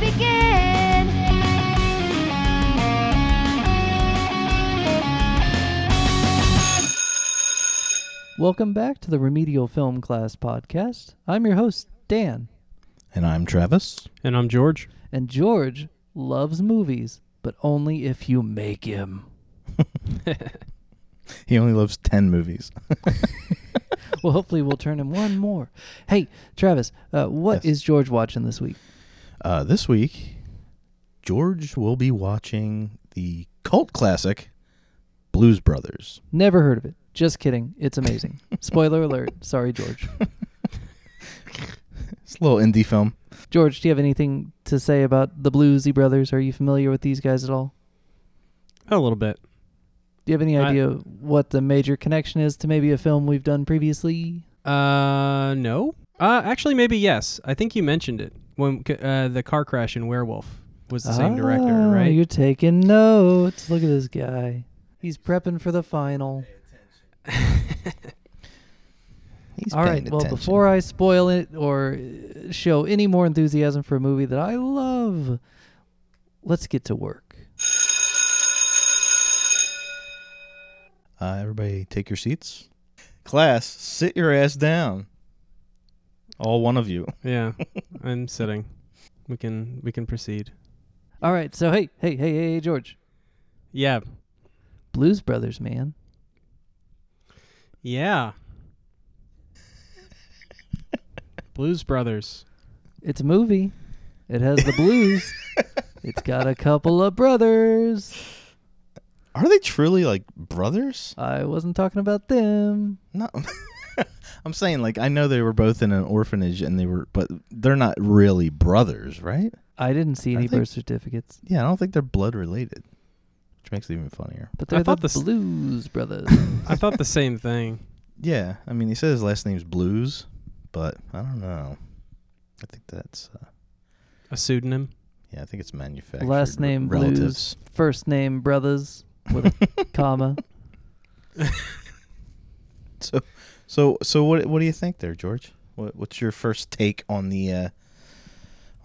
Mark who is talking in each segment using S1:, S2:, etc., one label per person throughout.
S1: begin.
S2: Welcome back to the Remedial Film Class Podcast. I'm your host, Dan.
S3: And I'm Travis.
S4: And I'm George.
S2: And George loves movies, but only if you make him.
S3: He only loves 10 movies.
S2: Well, hopefully, we'll turn him one more. Hey, Travis, uh, what is
S3: Yes.
S2: George watching this week?
S3: Uh, this week, George will be watching the cult classic Blues Brothers.
S2: Never heard of it. Just kidding. It's amazing. Spoiler alert. Sorry, George.
S3: It's a little indie film.
S2: George, do you have anything to say about the Bluesy Brothers? Are you familiar with these guys at all?
S4: A little bit.
S2: Do you have any
S4: I-
S2: idea what the major connection is to maybe a film we've done previously?
S4: Uh, no. Uh, actually, maybe yes. I think you mentioned it when c- uh, the car crash in Werewolf was the same director,
S2: Ah,
S4: right?
S2: You're taking notes. Look at this guy. He's prepping for the final.
S3: He's
S2: All right.
S3: paying
S2: Well,
S3: attention.
S2: before I spoil it or uh, show any more enthusiasm for a movie that I love, let's get to work.
S3: Uh, everybody take your seats. Class, sit your ass down. All one of you.
S4: yeah, I'm sitting. We can we can proceed.
S2: All right. So hey, hey, hey, hey, hey, George.
S4: Yeah,
S2: Blues Brothers, man.
S4: yeah. Blues Brothers.
S2: It's a movie. It has the blues. it's got a couple of brothers.
S3: Are they truly like brothers?
S2: I wasn't talking about them.
S3: No. I'm saying like I know they were both in an orphanage and they were but they're not really brothers, right?
S2: I didn't see
S3: I
S2: any
S3: think-
S2: birth certificates,
S3: Yeah, I don't think they're blood related. Which makes it even funnier.
S2: but
S4: I
S2: they're the
S4: thought this-
S2: Blues Brothers.
S4: I thought the same thing.
S3: Yeah, I mean, he said his last name's Blues, but I don't know. I think that's uh,
S4: A pseudonym.
S3: yeah, I think it's manufactured.
S2: Last
S3: r-
S2: name Blues.
S3: relatives.
S2: First name Brothers with a comma.
S3: So, so, so what? What do you think there, George? What, what's your first take on the uh,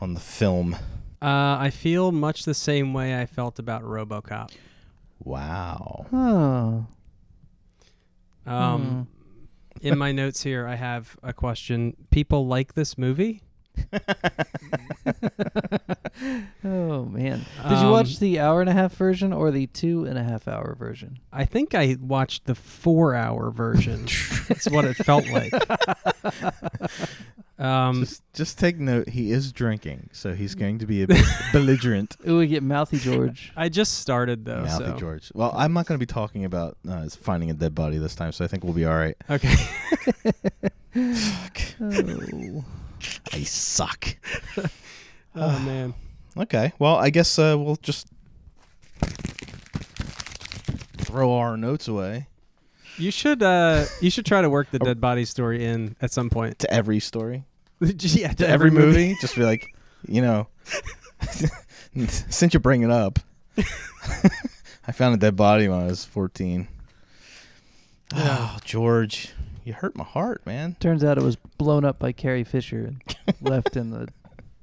S3: on the film?
S4: Uh, I feel much the same way I felt about RoboCop.
S3: Wow.
S2: Oh.
S4: Um,
S3: Hmm.
S4: in my notes here, I have a question. People like this movie?
S2: hmm. oh man. Did
S4: Um,
S2: you watch the hour and a half version or the two and a half hour version?
S4: I think I watched the four hour version. That's what it felt like. um,
S3: just, just take note. He is drinking, so he's going to be a bit belligerent.
S2: Ooh, we get mouthy George.
S4: I just started
S2: Oh,
S4: though.
S3: Mouthy
S4: so.
S3: George. Well, I'm not going to be talking about uh, finding a dead body this time, so I think we'll be all right.
S4: Okay.
S2: Oh.
S3: I suck.
S4: Oh man.
S3: Okay. Well, I guess uh, we'll just throw our notes away
S4: You should uh you should try to work the
S3: Oh.
S4: dead body story in at some point.
S3: to every story,
S4: yeah,
S3: to every, movie. just be like, you know, since you bring it up, I found a dead body when I was 14. Oh, George, you hurt my heart, man.
S2: Turns out it was blown up by Carrie Fisher and left in the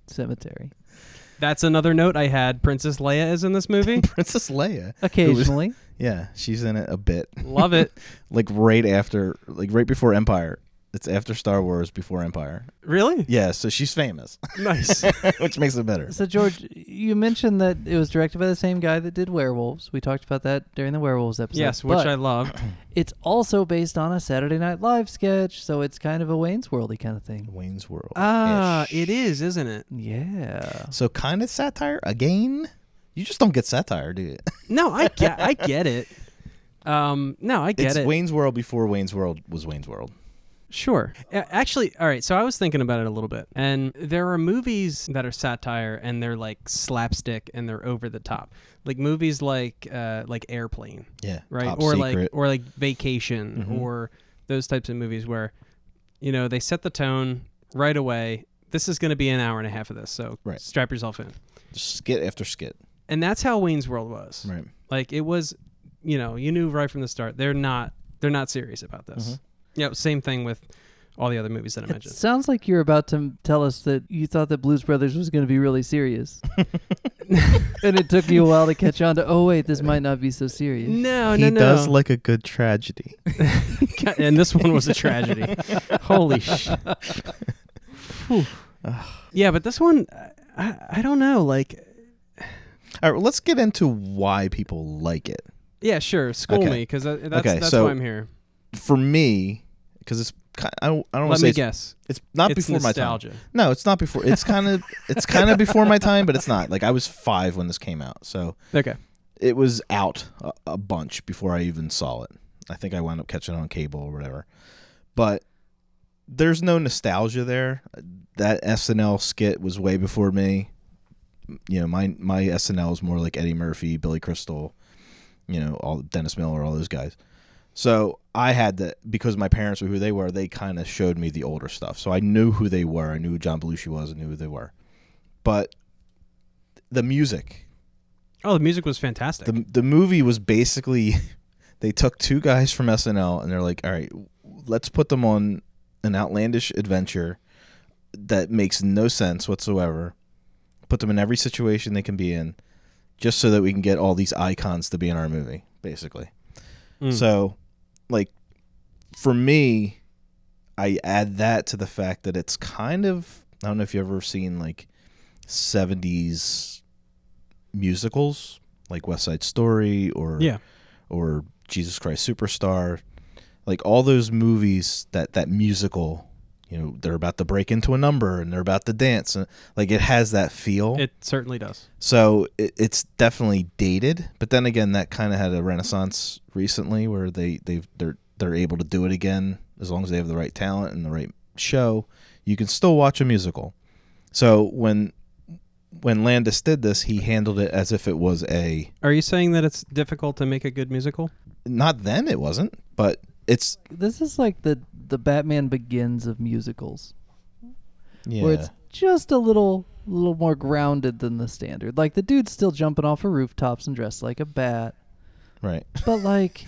S2: cemetery.
S4: That's another note I had. Princess Leia is in this movie.
S3: Princess Leia.
S2: Occasionally.
S3: Yeah, she's in it a bit.
S4: Love it.
S3: Like right after, like right before Empire. It's after Star Wars, before Empire.
S4: Really?
S3: Yeah, so she's famous,
S4: Nice.
S3: which makes it better.
S2: So George, you mentioned that it was directed by the same guy that did Werewolves. We talked about that during the Werewolves episode.
S4: yes, which
S2: but
S4: I love.
S2: it's also based on a Saturday Night Live sketch, so it's kind of a Wayne's Worldy kind of thing.
S3: Wayne's World.
S4: Ah, it is, isn't it?
S2: Yeah.
S3: Uh, So kind of satire again. You just don't get satire, do you?
S4: No, I get I get it. Um, no, I get
S3: it's
S4: it.
S3: Wayne's World before Wayne's World was Wayne's World.
S4: Sure. A- Actually, all right. So I was thinking about it a little bit, and there are movies that are satire, and they're like slapstick, and they're over the top, like movies like uh, like Airplane,
S3: Yeah.
S4: right,
S3: Top
S4: or like
S3: secret. Mm-hmm.
S4: or like Vacation, or those types of movies where, you know, they set the tone right away. This is going to be an hour and a half of this, so
S3: Right.
S4: strap yourself in.
S3: skit after skit.
S4: And that's how Wayne's World was.
S3: Right.
S4: Like it was,
S3: Mm-hmm.
S4: you know, you knew right from the start they're not they're not serious about this. Yep, same thing with all the other movies that I
S2: It
S4: mentioned.
S2: sounds like you're about to m- tell us that you thought that Blues Brothers was going to be really serious, and it took you a while to catch on to. Oh wait, this might not be so serious.
S4: No,
S3: he
S4: no, no.
S3: does like a good tragedy.
S4: and this one was a tragedy. Holy sh! Whew. yeah, but this one, I- I, I don't know. Like,
S3: All right, well, let's get into why people like it.
S4: yeah, sure, school
S3: Okay.
S4: me because that's
S3: Okay,
S4: that's
S3: so
S4: why I'm here.
S3: For me, because it's kind I don't, I don't want
S4: Let
S3: to say
S4: me
S3: it's,
S4: guess.
S3: it's not
S4: it's
S3: before my time.
S4: nostalgia.
S3: No, it's not before. It's kind of it's kind of before my time, but it's not. Like I was five when this came out, so
S4: Okay.
S3: it was out a, a bunch before I even saw it. I think I wound up catching it on cable or whatever. But there's no nostalgia there. That SNL skit was way before me. You know, my my SNL is more like Eddie Murphy, Billy Crystal, you know, all Dennis Miller, all those guys. So I had that because my parents were who they were. They kind of showed me the older stuff, so I knew who they were. I knew who John Belushi was. I knew who they were. But the music
S4: Oh, the music was fantastic.
S3: the the movie was basically they took two guys from SNL and they're like, all right, let's put them on an outlandish adventure that makes no sense whatsoever. Put them in every situation they can be in, just so that we can get all these icons to be in our movie, basically.
S4: Mm.
S3: So, like, for me, I add that to the fact that it's kind of I don't know if you've ever seen like '70s musicals, like West Side Story or
S4: yeah,
S3: or Jesus Christ Superstar, like all those movies that that musical, you know, they're about to break into a number and they're about to dance, and like it has that feel.
S4: it certainly does.
S3: so it, it's definitely dated, but then again, that kind of had a renaissance recently where they they've they're they're able to do it again as long as they have the right talent and the right show. You can still watch a musical. So when when Landis did this, he handled it as if it was a
S4: Are you saying that it's difficult to make a good musical?
S3: not then it wasn't, but it's
S2: This is like the the Batman Begins of musicals,
S3: yeah.
S2: where it's just a little little more grounded than the standard. Like the dude's still jumping off of rooftops and dressed like a bat,
S3: right.
S2: but like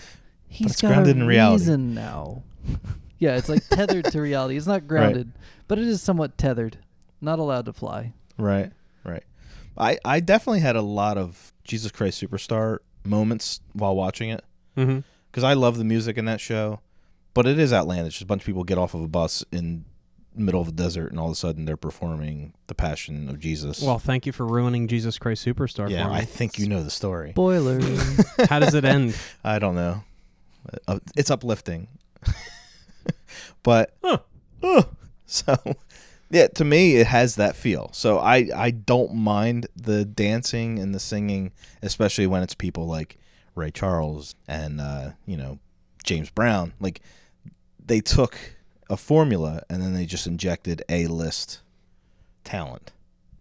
S2: he's
S3: it's
S2: got
S3: grounded
S2: a
S3: in reality.
S2: reason now. yeah, it's like tethered to reality. It's not grounded, but it is somewhat tethered. Not allowed to fly.
S3: Right. Right. I I definitely had a lot of Jesus Christ Superstar moments while watching it
S4: Mm-hmm.
S3: cuz I love the music in that show, but it is outlandish. Just a bunch of people get off of a bus in the middle of the desert and all of a sudden they're performing the passion of Jesus.
S4: Well, thank you for ruining Jesus Christ Superstar
S3: yeah,
S4: for me.
S3: I think you know the story.
S2: Boiler.
S4: How does it end?
S3: I don't know. Uh, It's uplifting. but
S4: Huh.
S3: so yeah, to me it has that feel. So I I don't mind the dancing and the singing, especially when it's people like Ray Charles and uh, you know, James Brown. Like they took a formula and then they just injected a list talent.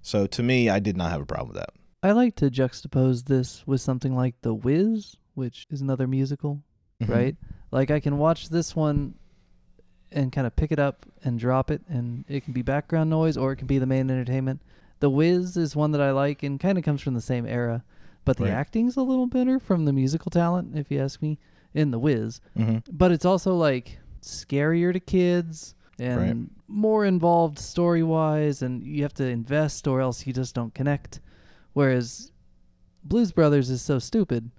S3: So to me, I did not have a problem with that.
S2: I like to juxtapose this with something like The Wiz, which is another musical,
S3: Mm-hmm.
S2: right? Like I can watch this one and kind of pick it up and drop it and it can be background noise or it can be the main entertainment. The Wiz is one that I like and kind of comes from the same era, but the
S3: Right.
S2: acting's a little better from the musical talent if you ask me in The Wiz,
S3: Mm-hmm.
S2: but it's also like scarier to kids and
S3: Right.
S2: more involved story-wise and you have to invest or else you just don't connect. Whereas Blues Brothers is so stupid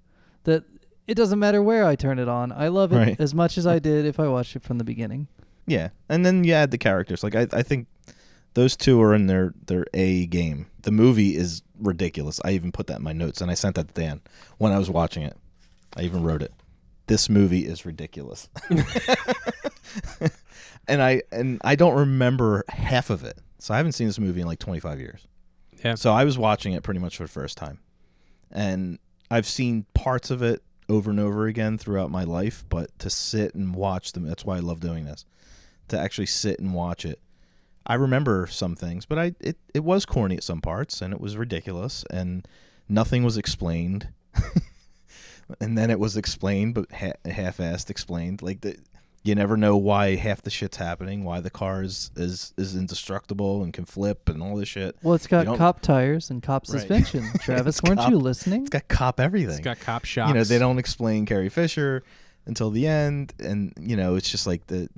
S2: that it doesn't matter where I turn it on. I love it
S3: Right.
S2: as much as I did if I watched it from the beginning.
S3: Yeah, and then you add the characters. Like I, I think those two are in their their A game. The movie is ridiculous. I even put that in my notes, and I sent that to Dan when I was watching it. I even wrote it. This movie is ridiculous, and I and I don't remember half of it. So I haven't seen this movie in like 25 years.
S4: Yeah.
S3: So I was watching it pretty much for the first time, and I've seen parts of it over and over again throughout my life. But to sit and watch them, that's why I love doing this to actually sit and watch it. I remember some things, but I it, it was corny at some parts and it was ridiculous and nothing was explained. and then it was explained but ha- half-assed explained like the you never know why half the shit's happening, why the car is, is, is indestructible and can flip and all this shit.
S2: Well, it's got
S3: don't-
S2: cop tires and cop
S3: Right.
S2: suspension. Travis,
S3: It's
S2: weren't
S3: cop-
S2: you listening?
S3: It's got cop everything.
S4: It's got cop shots.
S3: You know, they don't explain Carrie Fisher until the end, and you know, it's just like the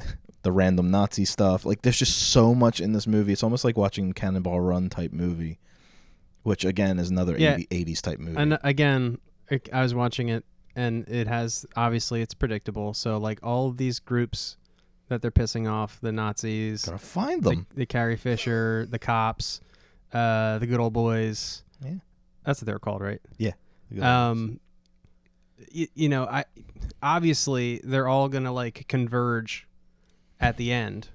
S3: the random Nazi stuff. Like there's just so much in this movie. It's almost like watching Cannonball Run type movie, which again is another
S4: Yeah.
S3: 80, 80s type movie.
S4: And uh, again, I- I was watching it, and it has obviously it's predictable. So like all of these groups that they're pissing off, the Nazis,
S3: Gotta find
S4: the,
S3: them.
S4: the Carrie Fisher, the cops, uh, the good old boys.
S3: Yeah.
S4: that's what they're called, right?
S3: Yeah.
S4: um you, you know i obviously they're all gonna like converge at the end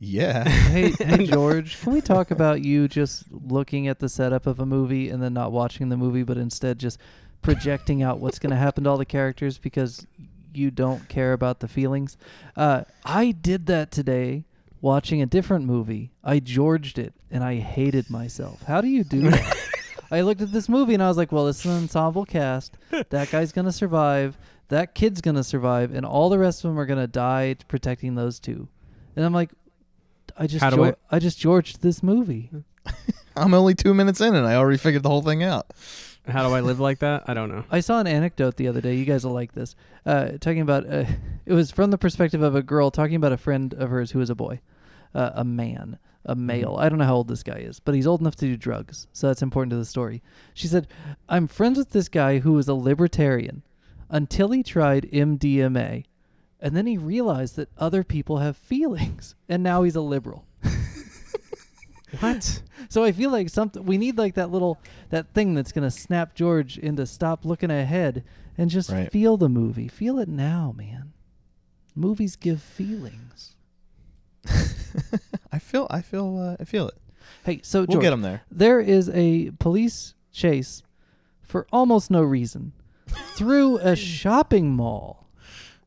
S3: yeah.
S2: hey, hey, George, can we talk about you just looking at the setup of a movie and then not watching the movie, but instead just projecting out what's going to happen to all the characters because you don't care about the feelings? Uh, I did that today watching a different movie. I Georged it and I hated myself. How do you do that? I looked at this movie and I was like, well, it's an ensemble cast. That guy's going to survive. That kid's going to survive. And all the rest of them are going to die protecting those two. And I'm like, I just
S4: How do
S2: Geor-
S4: I-
S2: I just Georged this movie.
S3: I'm only two minutes in and I already figured the whole thing out.
S4: how do i live like that i don't know
S2: I saw an anecdote the other day. You guys will like this. Uh, talking about uh, it was from the perspective of a girl talking about a friend of hers who is a boy, uh, a man, a male. I don't know how old this guy is, but he's old enough to do drugs, so that's important to the story. She said, "I'm friends with this guy who was a libertarian until he tried MDMA, and then he realized that other people have feelings, and now he's a liberal."
S4: what
S2: So I feel like something we need like that little that thing that's gonna snap George into stop looking ahead and just
S3: Right.
S2: feel the movie. Feel it now, man. Movies give feelings.
S3: I feel, I feel, uh, I feel it.
S2: Hey, so
S3: We'll
S2: George,
S3: get them there.
S2: there is a police chase for almost no reason through a shopping mall.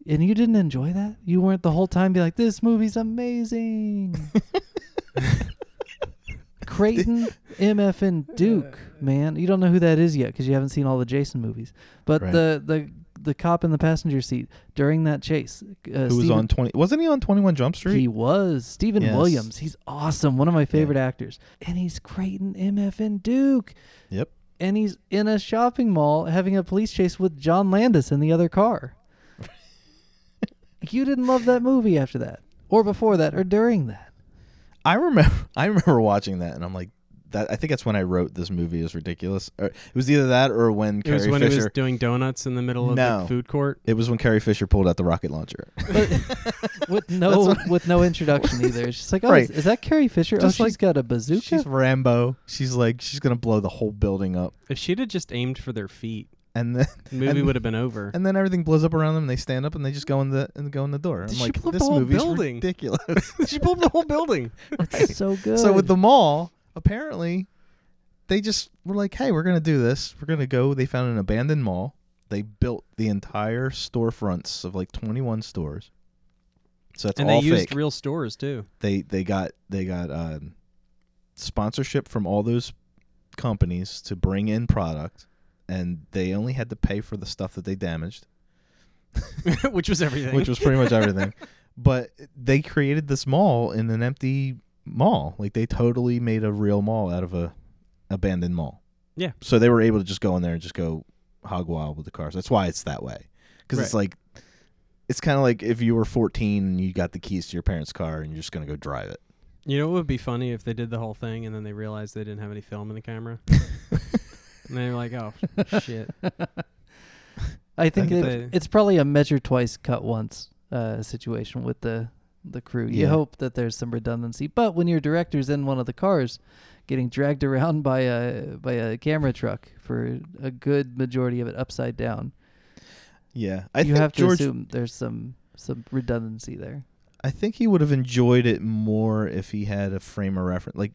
S2: And you didn't enjoy that? You weren't the whole time be like, this movie's amazing. Creighton, MF, and Duke, man. You don't know who that is yet because you haven't seen all the Jason movies. But
S3: Right.
S2: the, the the cop in the passenger seat during that chase, uh,
S3: Who was
S2: Stephen-
S3: on 20? Wasn't he on 21 Jump Street?
S2: he was Stephen
S3: Yes.
S2: Williams. He's awesome. One of my favorite actors, and he's Creighton MFN Duke.
S3: Yep.
S2: And he's in a shopping mall having a police chase with John Landis in the other car. you didn't love that movie after that, or before that, or during that.
S3: I remember I remember watching that and I'm like that I think that's when I wrote this movie is ridiculous. Or, it was either that or when
S4: it
S3: Carrie
S4: was when
S3: Fisher
S4: he was doing donuts in the middle of
S3: No.
S4: the food court
S3: it was when Carrie Fisher pulled out the rocket launcher.
S2: But with no with no introduction either. It's just like, oh,
S3: Right.
S2: is, is that Carrie Fisher?
S3: Just
S2: oh, she's
S3: like-
S2: got a bazooka.
S3: She's Rambo. She's like she's going to blow the whole building up.
S4: if she'd have just aimed for their feet
S3: And then
S4: the movie
S3: And-
S4: would have been over
S3: and then everything blows up around them and they stand up and they just go in the and go in the door. I'm
S4: She
S3: like
S4: blew up the
S3: this
S4: whole
S3: movie's
S4: building.
S3: ridiculous.
S4: she blew up the whole building
S2: It's so good.
S3: so with the mall, apparently they just were like, "Hey, we're going to do this. We're going to go." They found an abandoned mall. They built the entire storefronts of like 21 stores. So that's
S4: and
S3: all
S4: they used
S3: fake.
S4: real stores too
S3: they they got they got um, sponsorship from all those companies to bring in product, and they only had to pay for the stuff that they damaged,
S4: which was everything
S3: which was pretty much everything. But they created this mall in an empty mall. Like they totally made a real mall out of a abandoned mall.
S4: Yeah.
S3: So they were able to just go in there and just go hog wild with the cars. That's why it's that way. Because it's like it's kind of like if you were 14 and you got the keys to your parents' car and you're just gonna go drive it.
S4: you know what would be funny if they did the whole thing and then they realized they didn't have any film in the camera and they were like oh shit
S2: I think
S4: think
S2: it-
S4: they-
S2: it's probably a measure twice, cut once uh, situation with the the crew. You
S3: Yeah.
S2: hope that there's some redundancy, but when your director's in one of the cars, getting dragged around by a by a camera truck for a good majority of it upside down,
S3: Yeah, I
S2: you
S3: think
S2: have to
S3: George.
S2: assume there's some some redundancy there.
S3: I think he would have enjoyed it more if he had a frame of reference, like,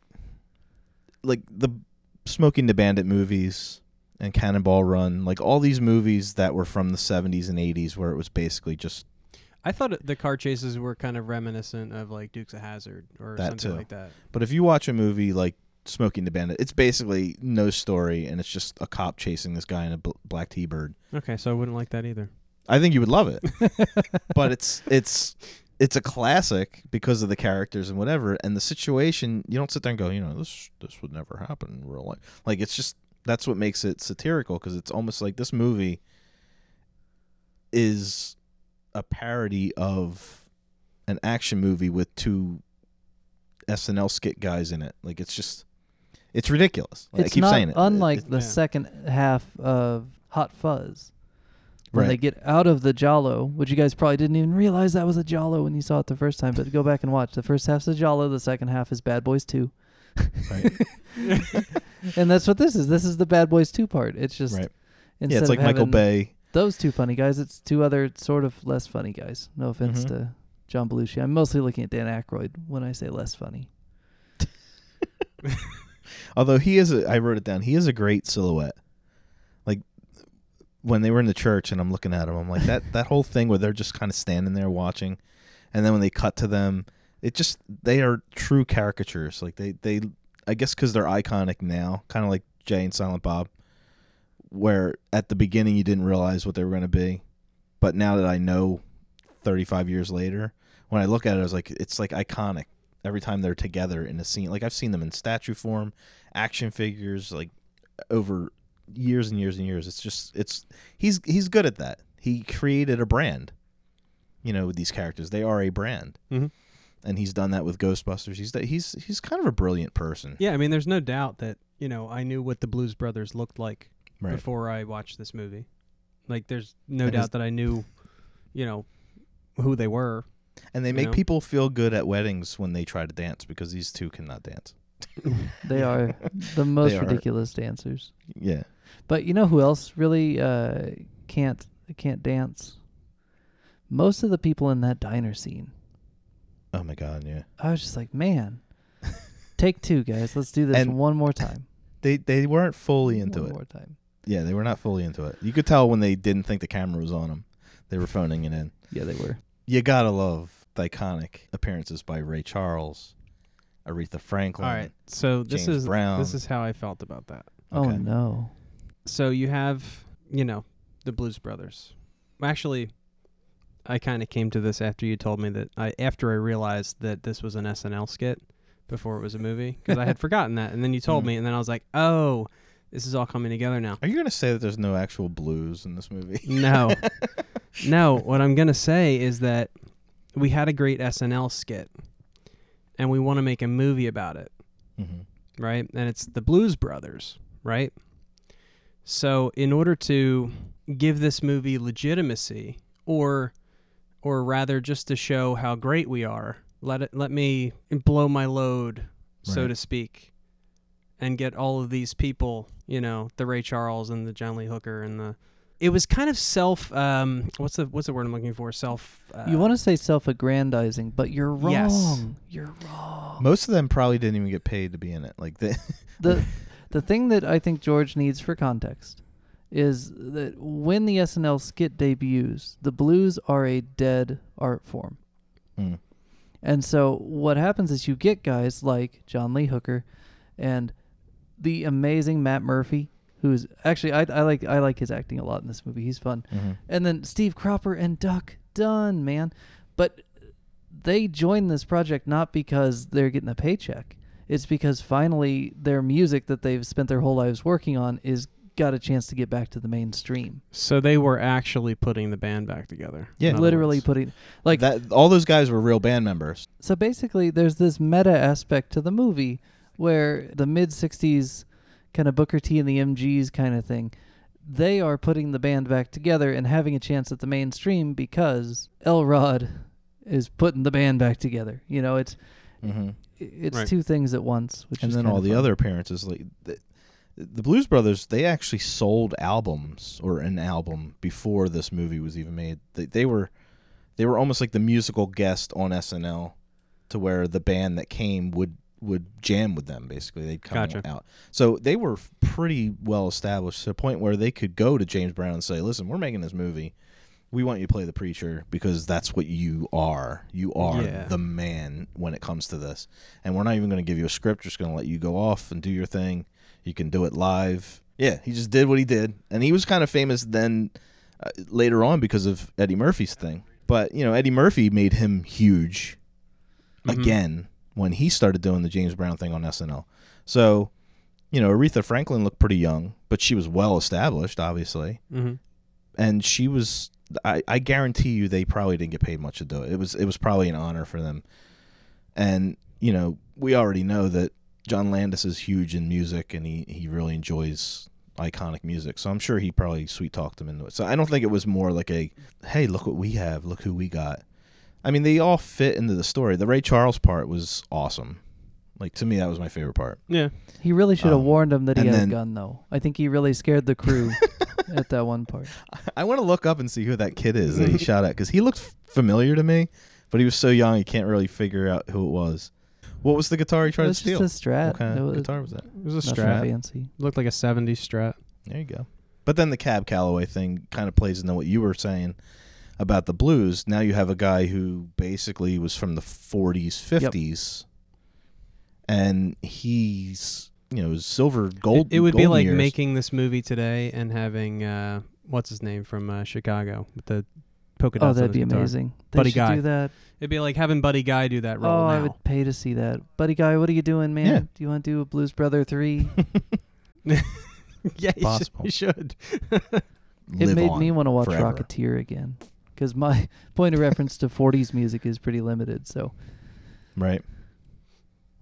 S3: like the Smoking the Bandit movies and Cannonball Run, like all these movies that were from the '70s and '80s, where it was basically just
S4: I thought it- the car chases were kind of reminiscent of like Dukes of Hazard or
S3: That
S4: something
S3: too.
S4: like that.
S3: But if you watch a movie like Smoking the Bandit, it's basically no story, and it's just a cop chasing this guy in a bl- black T-bird.
S4: Okay, so I wouldn't like that either.
S3: I think you would love it, but it's it's it's a classic because of the characters and whatever, and the situation. You don't sit there and go, you know, this this would never happen in real life. Like it's just that's what makes it satirical because it's almost like this movie is a parody of an action movie with two SNL skit guys in it. Like it's just it's ridiculous. Like,
S2: it's
S3: I keep
S2: not
S3: saying it.
S2: unlike
S3: It- it-
S2: the
S4: yeah.
S2: second half of Hot Fuzz. When
S3: Right.
S2: they get out of the Jalo, which you guys probably didn't even realize that was a Jalo when you saw it the first time, but go back and watch. The first half's a Jalo, the second half is Bad Boys 2.
S3: Right.
S2: and that's what this is. This is the Bad Boys 2 part. It's just
S3: Right. yeah,
S2: instead
S3: it's like
S2: of
S3: Michael
S2: having
S3: Bay.
S2: Those two funny guys, it's two other sort of less funny guys. No offense
S3: Mhm.
S2: to John Belushi. I'm mostly looking at Dan Aykroyd when I say less funny.
S3: Although he is, a, I wrote it down. He is a great silhouette. Like when they were in the church, and I'm looking at him, I'm like that that whole thing where they're just kind of standing there watching, and then when they cut to them, it just they are true caricatures. Like they they, I guess because they're iconic now, kind of like Jay and Silent Bob, where at the beginning you didn't realize what they were going to be, but now that I know, 35 years later, when I look at it, I was like, it's like iconic. Every time they're together in a scene, like I've seen them in statue form, action figures like over years and years and years it's just it's he's he's good at that he created a brand you know with these characters they are a brand
S4: Mhm.
S3: and he's done that with ghostbusters he's he's he's kind of a brilliant person
S4: Yeah, I mean, there's no doubt that you know I knew what the Blues Brothers looked like
S3: Right.
S4: before I watched this movie. Like, there's no
S3: And
S4: doubt
S3: his-
S4: that I knew, you know, who they were.
S3: and they make
S4: know?
S3: people feel good at weddings when they try to dance because these two cannot dance
S2: They are the most
S3: are.
S2: ridiculous dancers.
S3: yeah
S2: But you know who else really uh, can't can't dance? Most of the people in that diner scene.
S3: oh my god yeah
S2: I was just like, man, take two guys. Let's do this
S3: And-
S2: one more time.
S3: they they weren't fully into
S2: one
S3: it
S2: more time.
S3: yeah they were not fully into it you could tell when they didn't think the camera was on them they were phoning it in
S2: Yeah, they were.
S3: You gotta love the iconic appearances by Ray Charles, Aretha Franklin.
S4: All right, so this
S3: James
S4: is
S3: Brown.
S4: this is how I felt about that.
S2: Oh
S3: Okay.
S2: no.
S4: So you have you know the Blues Brothers. Actually, I kind of came to this after you told me that I after I realized that this was an SNL skit before it was a movie because I had forgotten that, and then you told
S3: Mhm.
S4: me, and then I was like, oh, this is all coming together now.
S3: Are you gonna say that there's no actual blues in this movie?
S4: No. no, what I'm going to say is that we had a great SNL skit and we want to make a movie about it,
S3: hmm
S4: right? And it's the Blues Brothers, right? So, in order to give this movie legitimacy or or rather just to show how great we are, let it let me blow my load, so
S3: Right.
S4: to speak, and get all of these people, you know, the Ray Charles and the John Lee Hooker and the it was kind of self um what's the what's the word I'm looking for? Self uh,
S2: you want to say self-aggrandizing, but you're wrong.
S4: Yes.
S2: You're wrong.
S3: Most of them probably didn't even get paid to be in it. Like they,
S2: the the thing that I think George needs for context is that when the SNL skit debuts, the blues are a dead art form.
S3: Mm.
S2: And so what happens is you get guys like John Lee Hooker and the amazing Matt Murphy, who's actually I, I like I like his acting a lot in this movie. He's fun.
S3: Mhm.
S2: And then Steve Cropper and Duck Dunn, man. But they joined this project not because they're getting a paycheck. It's because finally their music that they've spent their whole lives working on is got a chance to get back to the mainstream.
S4: So they were actually putting the band back together.
S3: Yeah.
S4: in other
S2: Literally
S4: words.
S2: putting like
S3: that. All those guys were real band members.
S2: so basically there's this meta aspect to the movie where the mid 60s kind of Booker T and the MGs kind of thing they are putting the band back together and having a chance at the mainstream because Elrod is putting the band back together. You know, it's
S3: Mm-hmm.
S2: it's
S4: Right.
S2: two things at once, which
S3: And
S2: is
S3: then
S2: kinda
S3: all the
S2: fun.
S3: other appearances, like the, the Blues Brothers, they actually sold albums or an album before this movie was even made. They, they were, they were almost like the musical guest on SNL, to where the band that came would would jam with them. Basically, they'd come
S4: Gotcha.
S3: out. So they were f- pretty well established to the point where they could go to James Brown and say, "Listen, we're making this movie." We want you to play the preacher because that's what you are. You are
S4: Yeah.
S3: the man when it comes to this and we're not even going to give you a script. Just going to let you go off and do your thing. You can do it live. Yeah, he just did what he did, and he was kind of famous then uh, later on because of Eddie Murphy's thing. But you know, Eddie Murphy made him huge
S4: Mhm.
S3: again when he started doing the James Brown thing on SNL. So, you know, Aretha Franklin looked pretty young, but she was well established, obviously
S4: Mhm.
S3: and she was I, I guarantee you they probably didn't get paid much to do it. It was it was probably an honor for them. And, you know, we already know that John Landis is huge in music and he, he really enjoys iconic music. So I'm sure he probably sweet talked them into it. So I don't think it was more like a hey, look what we have, look who we got. I mean, they all fit into the story. The Ray Charles part was awesome. Like to me that was my favorite part.
S4: Yeah.
S2: He really should have
S3: Um,
S2: warned him that he
S3: and
S2: had
S3: then-
S2: a gun, though. I think he really scared the crew at that one part.
S3: I want to look up and see who that kid is that he shot at cuz he looked f- familiar to me, but he was so young he can't really figure out who it was. What was the guitar he tried
S2: it
S3: to
S2: was
S3: steal?
S2: just a strat.
S3: What kind
S2: it
S3: of
S2: was
S3: guitar was that?
S4: It was a
S2: nothing
S4: strat.
S2: fancy.
S4: Looked like a 70s strat.
S3: There you go. But then the Cab Calloway thing kind of plays into what you were saying about the blues. Now you have a guy who basically was from the 40s, 50s, and he's you know silver gold.
S4: It, it would be
S3: golden
S4: like
S3: years.
S4: making this movie today and having uh, what's his name from uh, Chicago with the polka dots.
S2: Oh,
S4: on
S2: that'd
S4: his
S2: be
S4: guitar.
S2: amazing. They
S4: Buddy
S2: should
S4: Guy.
S2: do that.
S4: It'd be like having Buddy Guy do that
S2: Oh,
S4: role now.
S2: I would pay to see that. Buddy Guy, what are you doing, man?
S3: Yeah.
S2: Do you want to do a Blues Brother 3?
S4: yeah, you should-
S3: possible.
S4: you should.
S2: it
S3: Live
S2: made
S3: on
S2: me want to watch
S3: forever.
S2: Rocketeer again. Because my point of reference to 40s music is pretty limited. So,
S3: right.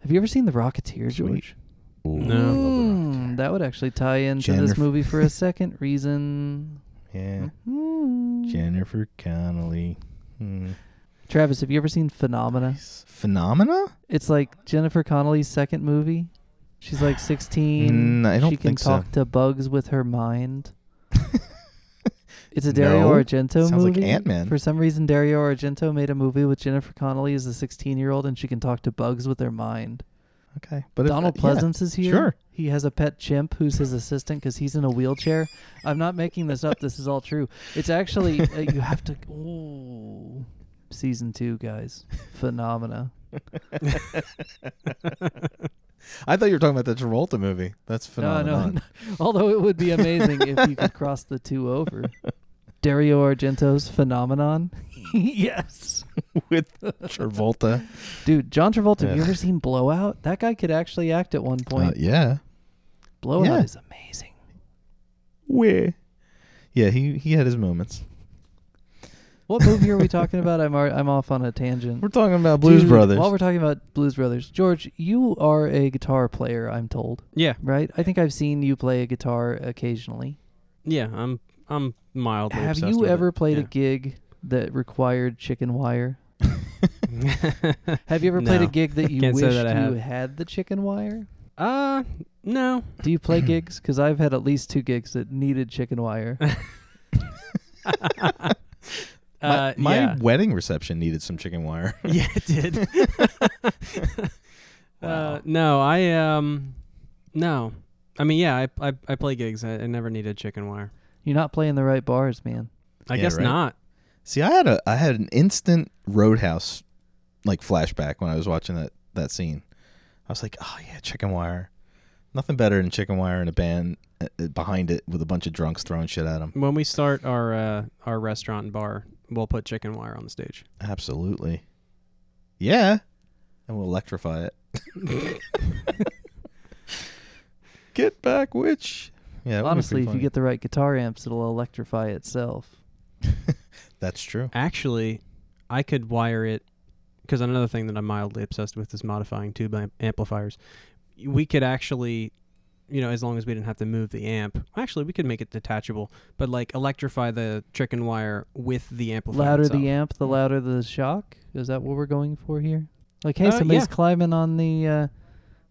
S2: have you ever seen The Rocketeer,
S3: Sweet.
S2: George?
S3: Ooh,
S4: No.
S3: I love the
S2: Mm,
S3: Rocketeer.
S2: that would actually tie into this
S3: Jennifer-
S2: movie for a second reason.
S3: yeah,
S2: Mhm.
S3: Jennifer Connelly. Hmm.
S2: Travis, have you ever seen Phenomena?
S3: Phenomena?
S2: It's like Jennifer Connelly's second movie. She's like 16.
S3: Mm, I don't
S2: she can
S3: think so.
S2: talk to bugs with her mind. It's a Dario
S3: No.
S2: Argento
S3: Sounds like
S2: movie.
S3: Ant Man.
S2: For some reason, Dario Argento made a movie with Jennifer Connelly as a 16 year old and she can talk to bugs with her mind.
S3: Okay, but if- uh,
S2: Donald
S3: yeah.
S2: Pleasance is here.
S3: sure.
S2: He has a pet chimp who's his assistant because he's in a wheelchair. I'm not making this up. This is all true. It's actually, uh, you have to. Ooh. Season two, guys. Phenomena.
S3: I thought you were talking about the Travolta movie. That's phenomenal.
S2: No, no. Although it would be amazing if you could cross the two over. Dario Argento's Phenomenon. yes.
S3: with Travolta. Uh,
S2: Dude, John Travolta, have you
S3: Yeah.
S2: ever seen Blowout? That guy could actually act at one
S3: Uh,
S2: point.
S3: yeah.
S2: Blowout
S3: yeah.
S2: is amazing.
S3: Where? Yeah, he he had his moments.
S2: What movie are we talking about? I'm ar- I'm off on a tangent.
S3: We're talking about Blues
S2: Dude,
S3: Brothers.
S2: While we're talking about Blues Brothers, George, you are a guitar player, I'm told,
S4: yeah,
S2: right? I think I've seen you play a guitar occasionally.
S4: yeah. I'm I'm mildly.
S2: Have
S4: obsessed
S2: you
S4: with
S2: ever played a
S4: yeah.
S2: gig that required chicken wire?
S4: It.
S2: Have you ever played a
S4: No.
S2: gig that you
S4: Can't
S2: wished
S4: say
S2: you
S4: that I have.
S2: had the chicken wire?
S4: uh, no.
S2: Do you play gigs? Because I've had at least two gigs that needed chicken wire.
S4: uh,
S3: my
S2: Uh,
S3: my
S4: yeah.
S3: wedding reception needed some chicken wire.
S4: yeah, it did.
S3: Wow.
S4: uh, no, I um, no. I mean, yeah, I I, I play gigs. I, I never needed chicken wire.
S2: You're not playing the right bars, man.
S4: I
S3: Yeah,
S4: guess
S3: right.
S4: not.
S3: See, I had a I had an instant Roadhouse like flashback when I was watching that that scene. I was like, oh yeah, chicken wire. Nothing better than chicken wire and a band uh, uh, behind it with a bunch of drunks throwing shit at them.
S4: When we start our uh, our restaurant and bar, we'll put chicken wire on the stage.
S3: Absolutely. Yeah. And we'll electrify it. Get back, witch. Yeah. that would be
S2: Honestly,
S3: pretty
S2: if you
S3: funny.
S2: get the right guitar amps, it'll electrify itself.
S3: That's true.
S4: Actually, I could wire it because another thing that I'm mildly obsessed with is modifying tube amp- amplifiers. We could actually, you know, as long as we didn't have to move the amp. Actually, we could make it detachable, but like electrify the chicken wire with the amplifier.
S2: louder
S4: itself.
S2: the amp, the louder the shock. Is that what we're going for here? Like, hey,
S4: Uh,
S2: somebody's
S4: yeah.
S2: climbing on the uh,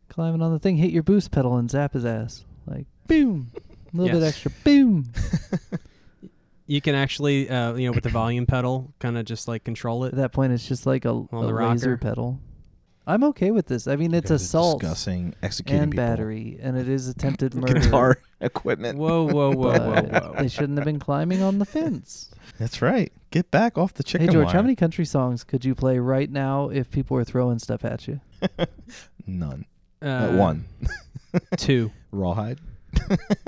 S2: climbing on the thing. Hit your boost pedal and zap his ass. Like, boom, a little bit
S4: Yes.
S2: extra, boom.
S4: You can actually, uh, you know, with the volume pedal, kind of just like control
S2: At
S4: it.
S2: that point, it's just like a, a
S4: the rocker.
S2: laser pedal. I'm okay with this. I mean, it's
S3: Guys are
S2: assault
S3: Discussing executing
S2: and
S3: people.
S2: battery, and it is attempted murder.
S3: Guitar equipment.
S4: Whoa, whoa, whoa, whoa,
S2: but
S4: whoa!
S2: They shouldn't have been climbing on the fence.
S3: That's right. Get back off the chicken
S2: hey, George,
S3: wire.
S2: how many country songs could you play right now if people were throwing stuff at you?
S3: None.
S4: Uh,
S3: Uh, one.
S4: two,
S3: Rawhide.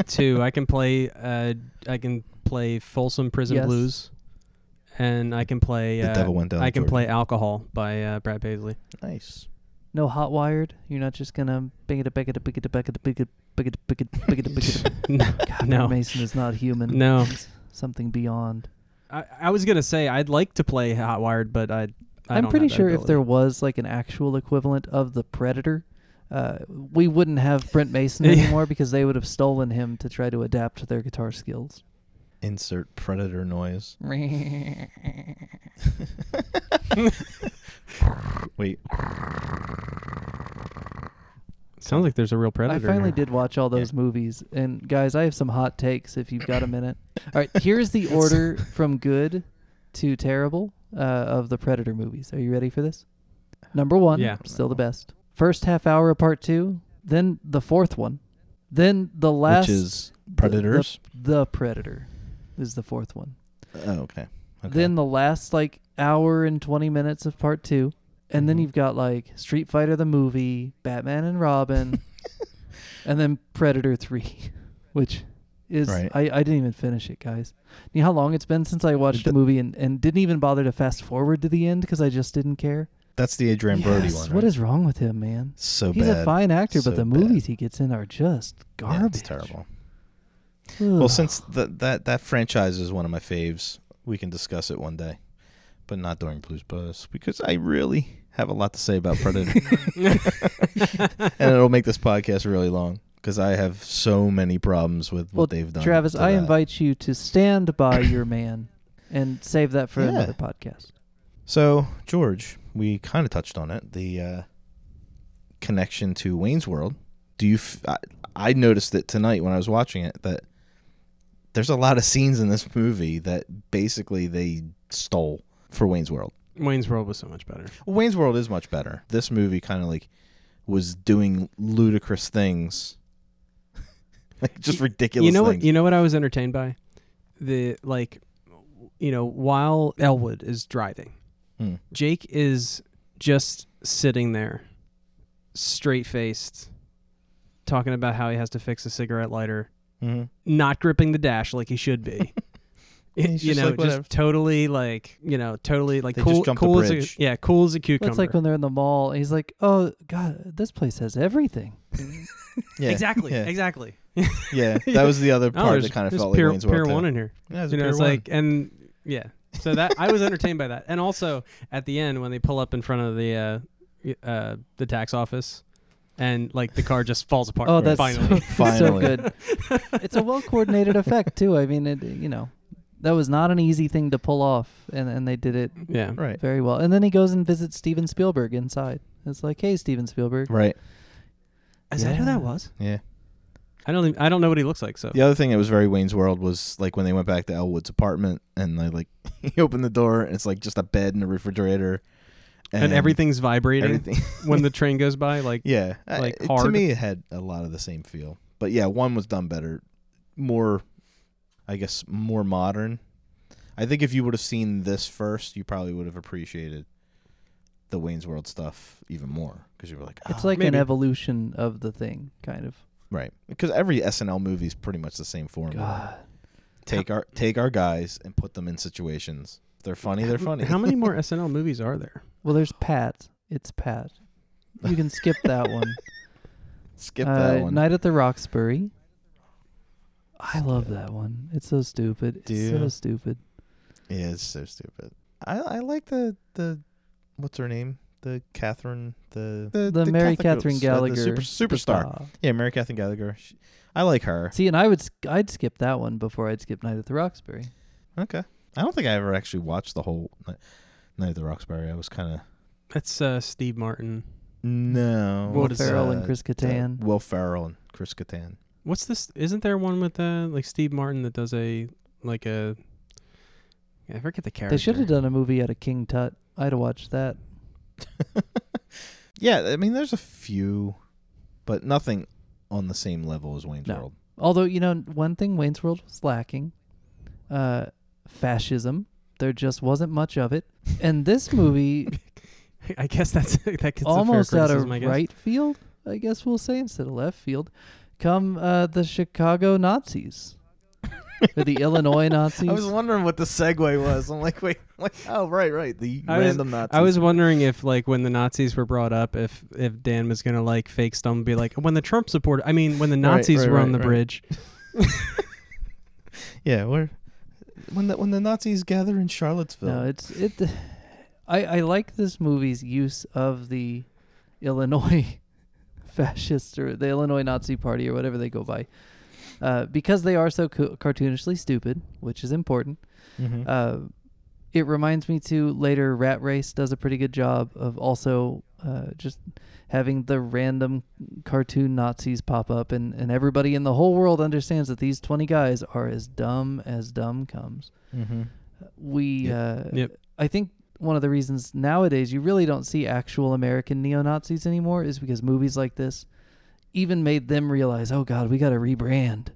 S4: two. I can play. Uh, I can play Folsom Prison
S2: Yes.
S4: Blues, and I can play.
S3: The
S4: Uh,
S3: devil went down.
S4: I
S3: the
S4: can
S3: Jordan.
S4: play "Alcohol" by uh, Brad Paisley.
S3: Nice.
S2: No hot wired. You're not just gonna bing it a bing it a bing it a bing it a bing it bing it bing it bing it bing it.
S4: no,
S2: God,
S4: no,
S2: Mason is not human.
S4: no.
S2: He's something beyond.
S4: I, I was gonna say I'd like to play Hot Wired, but I, I
S2: I'm
S4: don't
S2: pretty
S4: have that
S2: sure if
S4: ability.
S2: there was like an actual equivalent of the Predator, uh, we wouldn't have Brent Mason
S4: Yeah.
S2: anymore because they would have stolen him to try to adapt to their guitar skills.
S3: Insert predator noise. Wait,
S4: sounds like there's a real predator.
S2: I finally did watch all those movies, and guys, I have some hot takes if you've got a minute. All right, here's the order from good to terrible uh, of the Predator movies. Are you ready for this? Number one,
S4: Yeah.
S2: still the best. First half hour of part two, then the fourth one, then the last
S3: which is predators.
S2: the Predator is the fourth one.
S3: oh, okay. okay.
S2: Then the last like hour and 20 minutes of part 2. And then
S3: Mhm.
S2: you've got like Street Fighter the movie, Batman and Robin, and then Predator 3, which is
S3: Right.
S2: I, I didn't even finish it, guys. You know how long it's been since I watched
S3: d-
S2: a movie and, and didn't even bother to fast forward to the end because I just didn't care?
S3: that's the Adrian Brody
S2: Yes,
S3: one.
S2: What
S3: right?
S2: is wrong with him, man?
S3: so
S2: He's
S3: bad?
S2: a fine actor,
S3: So
S2: but the
S3: bad.
S2: movies he gets in are just garbage.
S3: Yeah, it's terrible. Well, since that that that franchise is one of my faves, we can discuss it one day, but not during Blues Buzz because I really have a lot to say about Predator, and it'll make this podcast really long because I have so many problems with what
S2: Well,
S3: they've done.
S2: Travis,
S3: to
S2: I
S3: that.
S2: invite you to stand by your man and save that for
S3: Yeah.
S2: another podcast.
S3: So George, we kind of touched on it the uh, connection to Wayne's World. Do you? F- I, I noticed it tonight when I was watching it that there's a lot of scenes in this movie that basically they stole for Wayne's World.
S4: Wayne's World was so much better.
S3: Well, Wayne's World is much better. This movie kind of like was doing ludicrous things, like just ridiculous.
S4: you know
S3: things.
S4: what? You know what I was entertained by? The like, you know, while Elwood is driving,
S3: Hmm.
S4: Jake is just sitting there, straight faced, talking about how he has to fix a cigarette lighter,
S3: Mhm.
S4: not gripping the dash like he should be.
S3: He's
S4: you
S3: just
S4: know,
S3: like, whatever.
S4: just totally like you know, totally like
S3: They
S4: cool,
S3: just jumped the
S4: cool as
S3: bridge.
S4: a yeah, cool as a cucumber.
S2: It's like when they're in the mall and he's like, "Oh God, this place has everything."
S3: Yeah,
S4: exactly,
S3: Yeah,
S4: exactly.
S3: yeah. That was the other
S4: Oh,
S3: part
S4: there's-
S3: that kind of
S4: there's
S3: felt like
S4: pier,
S3: Wayne's World.
S4: pier
S3: too.
S4: one in here.
S3: Yeah, it's,
S4: you know, it's like and yeah. So that I was entertained by that, and also at the end when they pull up in front of the uh, y- uh, the tax office, and like the car just falls apart.
S2: Oh, that's so, so
S4: finally.
S3: Finally.
S2: good. it's a well coordinated effect too. I mean, it, you know, that was not an easy thing to pull off, and and they did it
S4: yeah.
S3: right,
S2: very well. And then he goes and visits Steven Spielberg inside. It's like, "Hey, Steven Spielberg,
S3: right.
S4: Is that who
S2: Yeah.
S4: that was?
S3: Yeah.
S4: I don't even, I don't know what he looks like. So
S3: The other thing that was very Wayne's World was like when they went back to Elwood's apartment and they like he opened the door and it's like just a bed and a refrigerator
S4: and, everything's vibrating
S3: everything.
S4: when the train goes by. Like
S3: Yeah, I-
S4: Like,
S3: it- to
S4: hard.
S3: me, it had a lot of the same feel. But yeah, one was done better, more, I guess, more modern. I think if you would have seen this first, you probably would have appreciated the Wayne's World stuff even more because you were like,
S2: it's
S3: "Ah."
S2: like an
S4: maybe.
S2: evolution of the thing, kind of."
S3: right, because every SNL movie is pretty much the same formula.
S2: God,
S3: Take our take our guys and put them in situations. They're funny. They're funny.
S4: How many more SNL movies are there?
S2: well, there's Pat. It's Pat. You can skip that one.
S3: Skip
S2: Uh,
S3: that one.
S2: Night at the Roxbury. I love that one. It's so stupid. It's
S3: Do
S2: so
S3: you?
S2: stupid.
S3: yeah, it's so stupid. I I like the the what's her name. The Catherine, the the,
S2: The Mary
S3: Catholic-
S2: Catherine
S3: uh, the
S2: Gallagher
S3: super, superstar.
S2: Spa.
S3: Yeah, Mary Catherine Gallagher. She, I like her.
S2: See, and I would sk- I'd skip that one before I'd skip Night at the Roxbury.
S3: Okay. I don't think I ever actually watched the whole Ni- Night of the Roxbury. I was kind of
S4: That's uh, Steve Martin.
S3: Mm. no.
S4: What
S2: Will
S4: is
S2: Ferrell and
S3: uh,
S2: Chris
S3: the-
S2: Kattan.
S3: Will Ferrell and Chris Kattan.
S4: What's this? Isn't there one with uh, like Steve Martin that does a like a? I forget the character.
S2: They should have done a movie out of King Tut. I'd have watched that.
S3: Yeah, I mean, there's a few, but nothing on the same level as Wayne's
S2: No.
S3: World.
S2: Although you know, one thing Wayne's World was lacking, uh, fascism. There just wasn't much of it. And this movie
S4: I guess that's that gets
S2: almost
S4: a fair
S2: out of
S4: criticism, I guess.
S2: right field, I guess we'll say, instead of left field, come uh, the Chicago Nazis. or the Illinois Nazis.
S3: I was wondering what the segue was. I'm like, wait, like, oh, right, right, the
S4: I was-
S3: random Nazis.
S4: I was wondering if like when the Nazis were brought up, if if Dan was gonna like fake stump and be like when the Trump supporter. I mean when the
S3: Right,
S4: Nazis
S3: right,
S4: were on
S3: right,
S4: the
S3: right.
S4: bridge.
S3: yeah, we're when the when the Nazis gather in Charlottesville.
S2: No, it's it. I I like this movie's use of the Illinois fascist or the Illinois Nazi Party or whatever they go by, uh, because they are so co- cartoonishly stupid, which is important.
S3: Mhm.
S2: Uh, it reminds me to later Rat Race does a pretty good job of also uh, just having the random cartoon Nazis pop up, and, and everybody in the whole world understands that these 20 guys are as dumb as dumb comes.
S3: Mhm.
S2: We, uh,
S4: Yep.
S2: I think one of the reasons nowadays you really don't see actual American neo Nazis anymore is because movies like this even made them realize, oh God, we got to rebrand.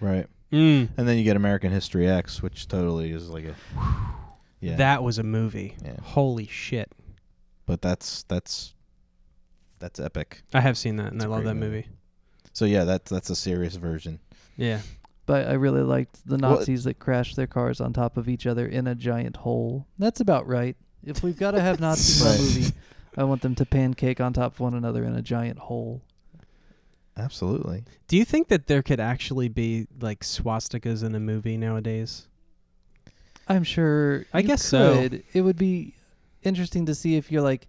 S3: Right.
S4: Mm.
S3: And then you get American History X, which totally is like a yeah.
S4: That was a movie.
S3: yeah.
S4: Holy shit.
S3: But that's that's that's epic.
S4: I have seen that and
S3: It's
S4: I
S3: a
S4: love
S3: great
S4: that
S3: movie.
S4: movie.
S3: So yeah, that's that's a serious version.
S4: Yeah.
S2: But I really liked the
S3: Well, it-
S2: Nazis that crashed their cars on top of each other in a giant hole. That's about right. If we've got to have Nazis in
S3: Right.
S2: a movie, I want them to pancake on top of one another in a giant hole.
S3: Absolutely.
S4: Do you think that there could actually be like swastikas in a movie nowadays?
S2: I'm sure.
S4: I
S2: you
S4: guess so.
S2: could. It would be interesting to see if you're like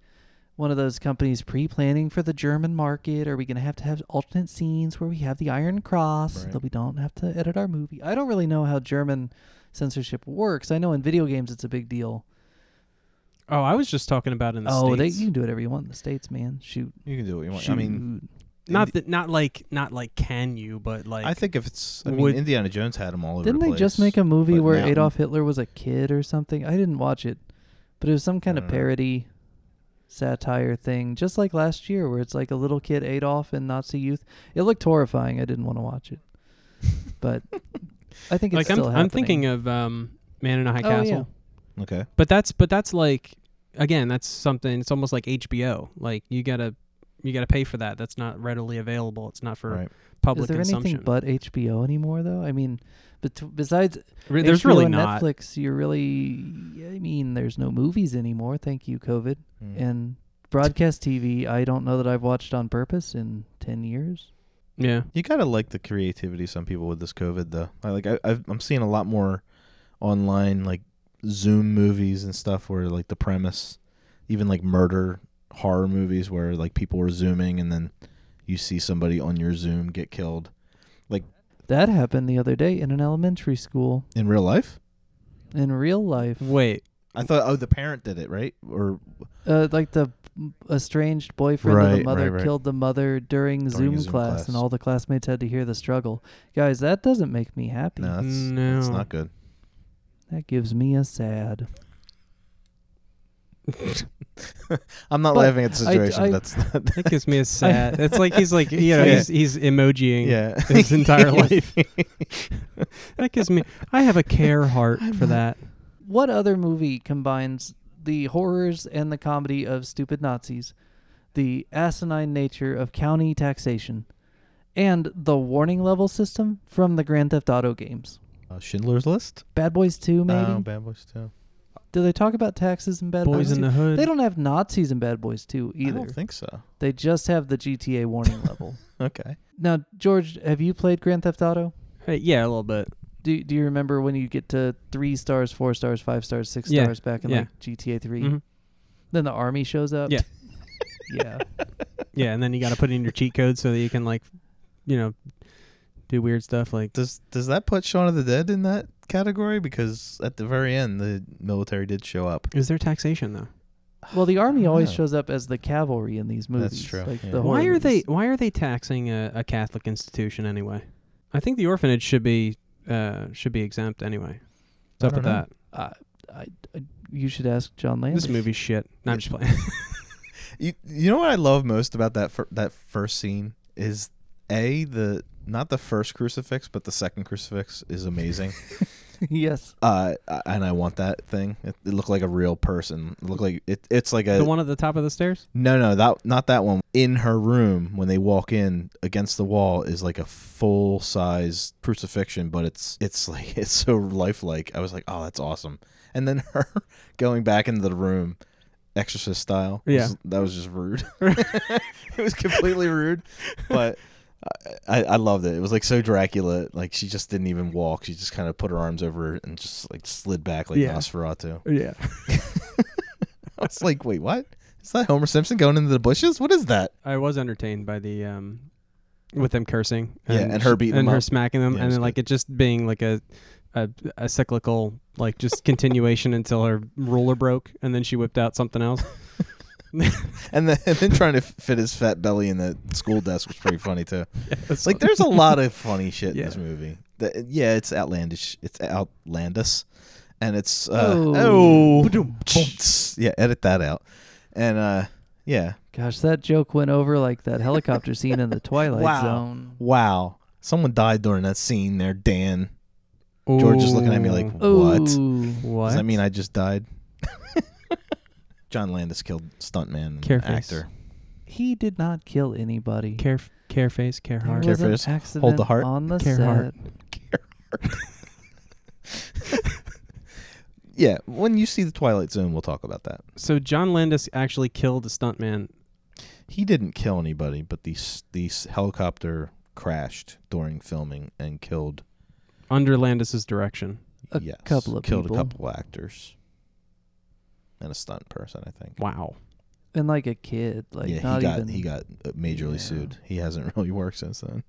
S2: one of those companies pre-planning for the German market. Are we going to have to have alternate scenes where we have the Iron Cross so
S3: Right.
S2: that we don't have to edit our movie? I don't really know how German censorship works. I know in video games it's a big deal.
S4: Oh, I was just talking about in the
S2: oh, they,
S4: states.
S2: you can do whatever you want in the states, man. Shoot,
S3: You can do what you want.
S2: shoot.
S3: I mean, in
S4: not
S3: the-
S4: that, not like, not like, can you? But like,
S3: I think if it's I
S4: would-
S3: mean Indiana Jones had them all over
S2: didn't
S3: the
S2: they
S3: place.
S2: just make a movie
S3: but
S2: where
S3: now-
S2: Adolf Hitler was a kid or something? I didn't watch it, but it was some kind
S3: I
S2: of
S3: don't know.
S2: parody, satire thing, just like last year, where it's like a little kid Adolf and Nazi youth. It looked horrifying. I didn't want to watch it, but I think it's
S4: like I'm,
S2: still
S4: I'm
S2: happening.
S4: thinking of um, Man in a High
S2: Oh,
S4: Castle.
S2: yeah.
S3: Okay.
S4: But that's but that's like again, that's something. It's almost like HBO. Like you gotta you gotta pay for that. That's not readily available. It's not for
S3: Right.
S4: public
S2: Is there
S4: consumption.
S2: anything but HBO anymore, though? I mean, bet- besides
S4: Re- there's
S2: HBO
S4: really
S2: and
S4: not.
S2: Netflix, you're really. I mean, there's no movies anymore. Thank you, COVID.
S3: Mm.
S2: Mm-hmm. and broadcast TV, I don't know that I've watched on purpose in 10 years.
S4: Yeah.
S3: You gotta like the creativity of some people with this COVID though. I like I, I've, I'm seeing a lot more online like Zoom movies and stuff where like the premise, even like murder horror movies where like people are zooming and then you see somebody on your Zoom get killed
S2: That happened the other day in an elementary school
S3: in real life.
S2: in real life.
S4: Wait.
S3: I thought oh the parent did it right or
S2: Uh, like the estranged boyfriend of the
S3: Right,
S2: mother
S3: right, right.
S2: killed the mother during,
S3: a
S2: Zoom,
S3: Zoom
S2: class,
S3: class.
S2: and all the classmates had to hear the struggle. Guys, that doesn't make me happy.
S3: no that's,
S4: No.
S3: that's not good.
S2: That gives me a sad.
S3: I'm not
S2: But
S3: laughing at the
S2: I-
S3: situation.
S2: I-
S3: but that's not,
S4: That gives me a sad. it's like he's like you know
S3: Yeah.
S4: he's he's emojiing
S3: yeah.
S4: his entire life. that gives me. I have a care heart
S3: I'm
S4: for that.
S2: What other movie combines the horrors and the comedy of stupid Nazis, the asinine nature of county taxation, and the warning level system from the Grand Theft Auto games?
S3: Uh, Schindler's List.
S2: Bad Boys 2, maybe?
S3: Oh, Bad Boys too.
S2: Do they talk about taxes in Bad
S4: Boys
S2: Boys
S4: in
S2: 2?
S4: the Hood.
S2: They don't have Nazis in Bad Boys 2
S3: I
S2: either.
S3: don't think so.
S2: They just have the GTA warning level.
S3: Okay.
S2: Now, George, have you played Grand Theft Auto?
S4: Hey, yeah, a little bit.
S2: Do, do you remember when you get to three stars, four stars, five stars, six
S4: Yeah,
S2: stars back in
S4: yeah.
S2: like GTA 3?
S4: Mhm.
S2: Then the army shows up.
S4: Yeah.
S2: yeah.
S4: Yeah, and then you got to put in your cheat code so that you can like, you know, do weird stuff like.
S3: Does does that put Shaun of the Dead in that category? Because at the very end, the military did show up.
S4: Is there taxation though?
S2: Well, the army
S3: I
S2: always
S3: know.
S2: shows up as the cavalry in these movies.
S3: That's true,
S2: Like
S3: yeah.
S2: the
S4: Why are
S2: Hortons.
S4: they Why are they taxing a, a Catholic institution anyway? I think the orphanage should be uh, should be exempt anyway.
S3: I
S4: What's
S3: don't
S4: up with
S3: know.
S4: that?
S2: I, I, I, you should ask John Landis.
S4: This movie's shit. No, I'm just playing.
S3: You, you know what I love most about that fir- that first scene is a the not the first crucifix, but the second crucifix is amazing.
S2: yes.
S3: uh, I- and I want that thing. It, it looked like a real person. It looked like it, It's like a
S4: the one at the top of the stairs.
S3: no, no, that not that one. In her room, when they walk in, against the wall is like a full size crucifixion, but it's it's like it's so lifelike. I was like, oh, that's awesome. And then her going back into the room, exorcist style. was-
S4: Yeah.
S3: that was just rude. it was completely rude, but I, I loved it. It was like so Dracula. Like she just didn't even walk. She just kind of put her arms over and just like slid back like
S4: Yeah.
S3: Nosferatu.
S4: Yeah.
S3: I was like, wait, what? Is that Homer Simpson going into the bushes? What is that?
S4: I was entertained by the um with them cursing
S3: Yeah, and her beating
S4: and
S3: them
S4: her
S3: up.
S4: smacking them
S3: Yeah, it
S4: and
S3: was
S4: then like it just being like a a, a cyclical like just continuation until her ruler broke and then she whipped out something else.
S3: And then, and then trying to f- fit his fat belly in the school desk was pretty funny too.
S4: It's
S3: Like there's a lot of funny shit in
S4: Yeah.
S3: this movie. That, yeah, it's outlandish. It's outlandish, and it's uh,
S2: Oh.
S3: oh, yeah. Edit that out. And uh, yeah,
S2: Gosh, that joke went over like that helicopter scene in the Twilight
S3: Wow.
S2: Zone.
S3: wow, someone died during that scene there, Dan. George is looking at me like,
S4: Ooh.
S3: what?
S2: Ooh.
S4: what?
S3: Does that mean I just died? John Landis killed stuntman and
S4: Careface.
S3: actor.
S2: He did not kill anybody.
S4: care careface, care
S2: There
S4: heart.
S3: Care
S2: was an
S3: fist.
S2: accident
S3: Hold the heart.
S2: on the
S4: Care
S2: set.
S4: heart.
S3: Yeah, when you see the Twilight Zone, we'll talk about that.
S4: So John Landis actually killed a stuntman.
S3: He didn't kill anybody, but the s- the s- helicopter crashed during filming and killed
S4: Under Landis's direction.
S2: A
S3: yes,
S2: couple of
S3: killed
S2: people.
S3: a couple actors and a stunt person, I think.
S4: Wow.
S2: And like a kid, like
S3: yeah,
S2: not
S3: he got
S2: even.
S3: he got uh, majorly
S2: Yeah.
S3: sued. He hasn't really worked since then,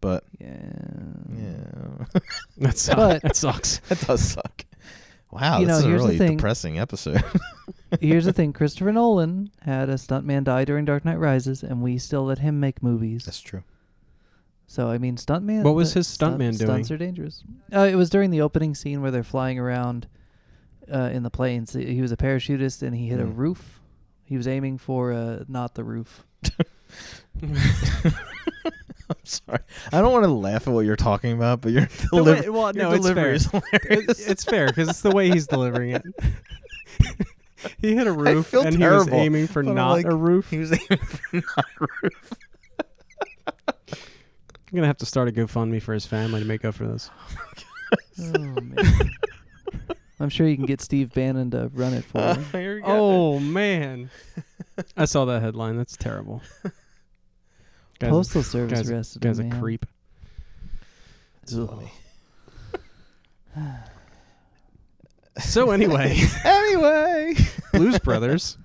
S3: but
S2: Yeah.
S4: Mm.
S3: yeah,
S4: That sucks.
S2: But-
S4: that sucks.
S3: that does suck. Wow,
S2: You
S3: this
S2: know,
S3: is a
S2: here's the
S3: really
S2: thing.
S3: depressing episode.
S2: Here's the thing: Christopher Nolan had a stuntman die during Dark Knight Rises, and we still let him make movies.
S3: That's true.
S2: So I mean, stuntman.
S4: What was
S2: the
S4: his stuntman
S2: Stunts
S4: doing?
S2: are dangerous. Uh, it was during the opening scene where they're flying around uh, in the planes. He was a parachutist, and he hit a
S4: Hmm.
S3: Mm.
S2: roof. He was aiming for uh, not the roof.
S3: I'm sorry. I don't want to laugh at what you're talking about, but your,
S4: The
S3: deliver-
S4: way- well,
S3: your
S4: no, it's
S3: delivery
S4: fair.
S3: is
S4: It-
S3: hilarious.
S4: it's fair because it's the way he's delivering it. he hit a roof
S3: feel
S4: and he was
S3: terrible,
S4: aiming for
S3: but I'm
S4: not
S3: like-
S4: a roof.
S3: he was aiming for not roof.
S4: I'm gonna have to start a GoFundMe for his family to make up for this.
S2: Oh man. I'm sure you can get Steve Bannon to run it
S4: Uh,
S2: for him.
S3: Here we go.
S4: Oh man, I saw that headline. That's terrible. Guys,
S2: Postal Service
S4: guys-
S2: arrested
S4: guy's
S2: a man.
S4: a creep.
S3: It's funny.
S4: So anyway,
S3: anyway,
S4: Blues Brothers.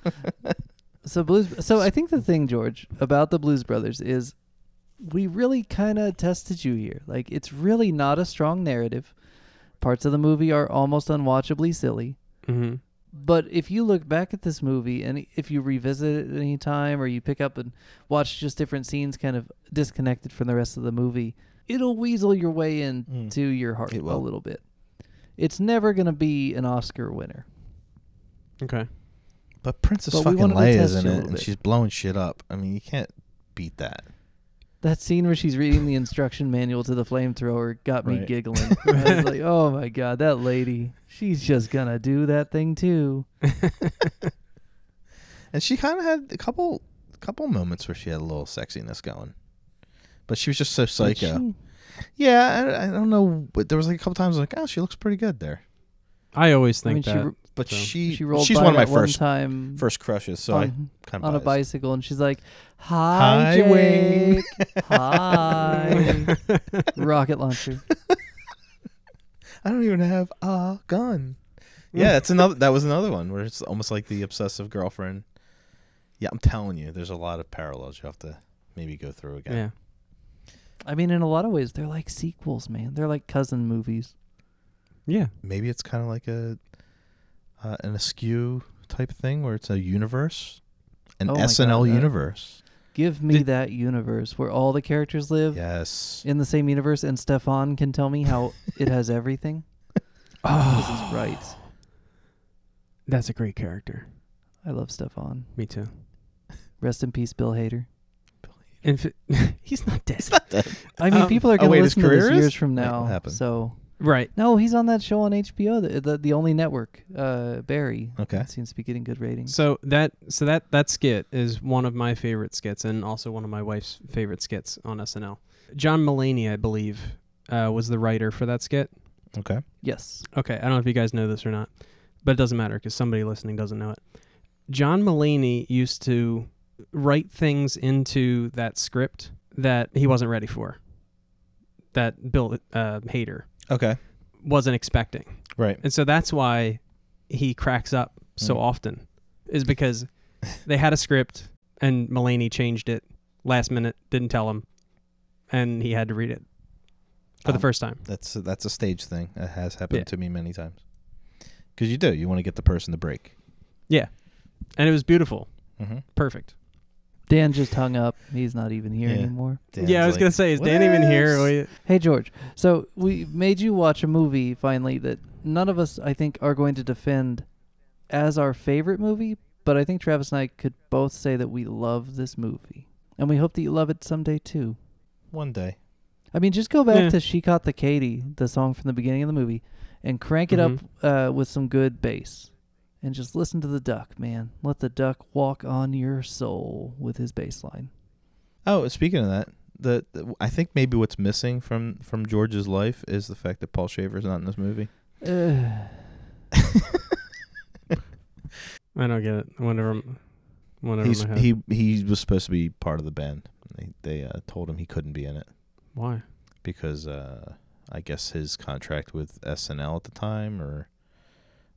S2: So blues. So I think the thing, George, about the Blues Brothers is we really kind of tested you here. Like it's really not a strong narrative. Parts of the movie are almost unwatchably silly.
S4: Mm-hmm.
S2: But if you look back at this movie and if you revisit it any time or you pick up and watch just different scenes kind of disconnected from the rest of the movie, it'll weasel your way into
S3: Mm.
S2: your heart
S3: It
S2: a
S3: will.
S2: little bit. It's never going to be an Oscar winner.
S4: Okay.
S3: but Princess
S2: But we
S3: fucking
S2: wanted to
S3: Leia's
S2: test
S3: in
S2: you a
S3: it,
S2: little
S3: and
S2: bit.
S3: she's blowing shit up. I mean, you can't beat that.
S2: That scene where she's reading the instruction manual to the flamethrower got me
S3: Right.
S2: giggling. I was like, "Oh my god, that lady! She's just gonna do that thing too."
S3: And she kind of had a couple, couple moments where she had a little sexiness going, but she was just so
S2: But
S3: psycho.
S2: she-
S3: Yeah, I, I don't know. But there was like a couple times like, oh, she looks pretty good there.
S4: I always
S2: I mean,
S4: think
S2: she,
S4: that.
S2: ro-
S3: But
S4: So-
S3: she,
S2: she rolled
S3: she's
S2: by
S3: one of my
S2: that
S3: first
S2: time
S3: first crushes, so I
S2: on,
S3: kind of
S2: on a
S3: biased.
S2: bicycle, and she's like, "Hi,
S3: Hi, Wayne."
S2: Jake. Hi, rocket launcher."
S3: I don't even have a gun.
S2: Mm.
S3: Yeah, that's another. That was another one where it's almost like the obsessive girlfriend. Yeah, I'm telling you, there's a lot of parallels you have to maybe go through again.
S4: yeah.
S2: I mean, in a lot of ways, they're like sequels, man. They're like cousin movies.
S4: Yeah.
S3: Maybe it's kind of like a uh, an askew type thing where it's a universe, an
S2: Oh my
S3: SNL
S2: God, uh,
S3: universe.
S2: Give me
S4: Did-
S2: that universe where all the characters live
S3: Yes.
S2: in the same universe, and Stefan can tell me how it has everything. This is right.
S4: Oh. That's a great character.
S2: I love Stefan.
S4: Me too.
S2: Rest in peace, Bill Hader.
S4: And he's not dead.
S2: I mean,
S4: Um,
S2: people are
S3: oh,
S2: going
S3: wait,
S2: to
S3: his
S2: listen to this
S3: career is?
S2: years from
S3: Wait,
S2: now.
S3: what happened?
S2: So
S4: Right.
S2: no, he's on that show on HBO, the the, the only network. Uh, Barry
S3: Okay.
S2: It seems to be getting good ratings.
S4: So that so that that skit is one of my favorite skits, and also one of my wife's favorite skits on SNL. John Mulaney, I believe, uh, was the writer for that skit.
S3: Okay.
S2: Yes,
S4: Okay, I don't know if you guys know this or not, but it doesn't matter because somebody listening doesn't know it. John Mulaney used to write things into that script that he wasn't ready for. That Bill uh, Hader
S3: Okay.
S4: wasn't expecting.
S3: Right.
S4: And so that's why he cracks up so
S3: Mm.
S4: often, is because they had a script and Mulaney changed it last minute, didn't tell him, and he had to read it for the
S3: Um,
S4: first time.
S3: That's that's a stage thing. It has happened
S4: Yeah.
S3: to me many times. Because you do, you want to get the person to break.
S4: And it was beautiful.
S3: Mm-hmm.
S4: Perfect.
S2: Dan just hung up. He's not even here
S3: Yeah.
S2: anymore.
S4: yeah, I was going to say, is Dan even here?
S3: "Wes."
S4: We-
S2: Hey George. So we made you watch a movie finally that none of us I think are going to defend as our favorite movie, but I think Travis and I could both say that we love this movie. And we hope that you love it someday too.
S3: one day.
S2: I mean, just go back
S4: Yeah.
S2: to "She Caught the Katie," the song from the beginning of the movie, and crank it up uh, with some good bass, and just listen to the duck, man. Let the duck walk on your soul with his bass line.
S3: Oh, speaking of that, the, the- I think maybe what's missing from from George's life is the fact that Paul Shaver's not in this movie.
S2: Ugh.
S4: I don't get it. One of them. One of
S3: He's
S4: them.
S3: he he was supposed to be part of the band. They they uh, told him he couldn't be in it
S4: Why?
S3: because uh, I guess his contract with SNL at the time or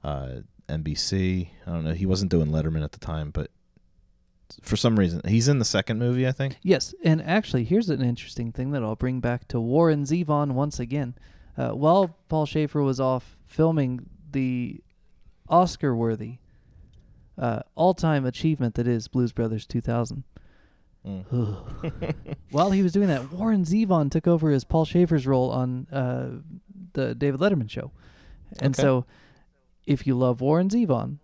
S3: uh, NBC. I don't know. He wasn't doing Letterman at the time, but for some reason he's in the second movie. I think.
S2: Yes, and actually, here's an interesting thing that I'll bring back to Warren Zevon once again. Uh, while Paul Schaefer was off filming the Oscar-worthy uh, all-time achievement that is Blues Brothers 2000,
S3: Mm.
S2: While he was doing that, Warren Zevon took over as Paul Schaefer's role on uh, the David Letterman show. And
S3: Okay.
S2: so, if you love Warren Zevon,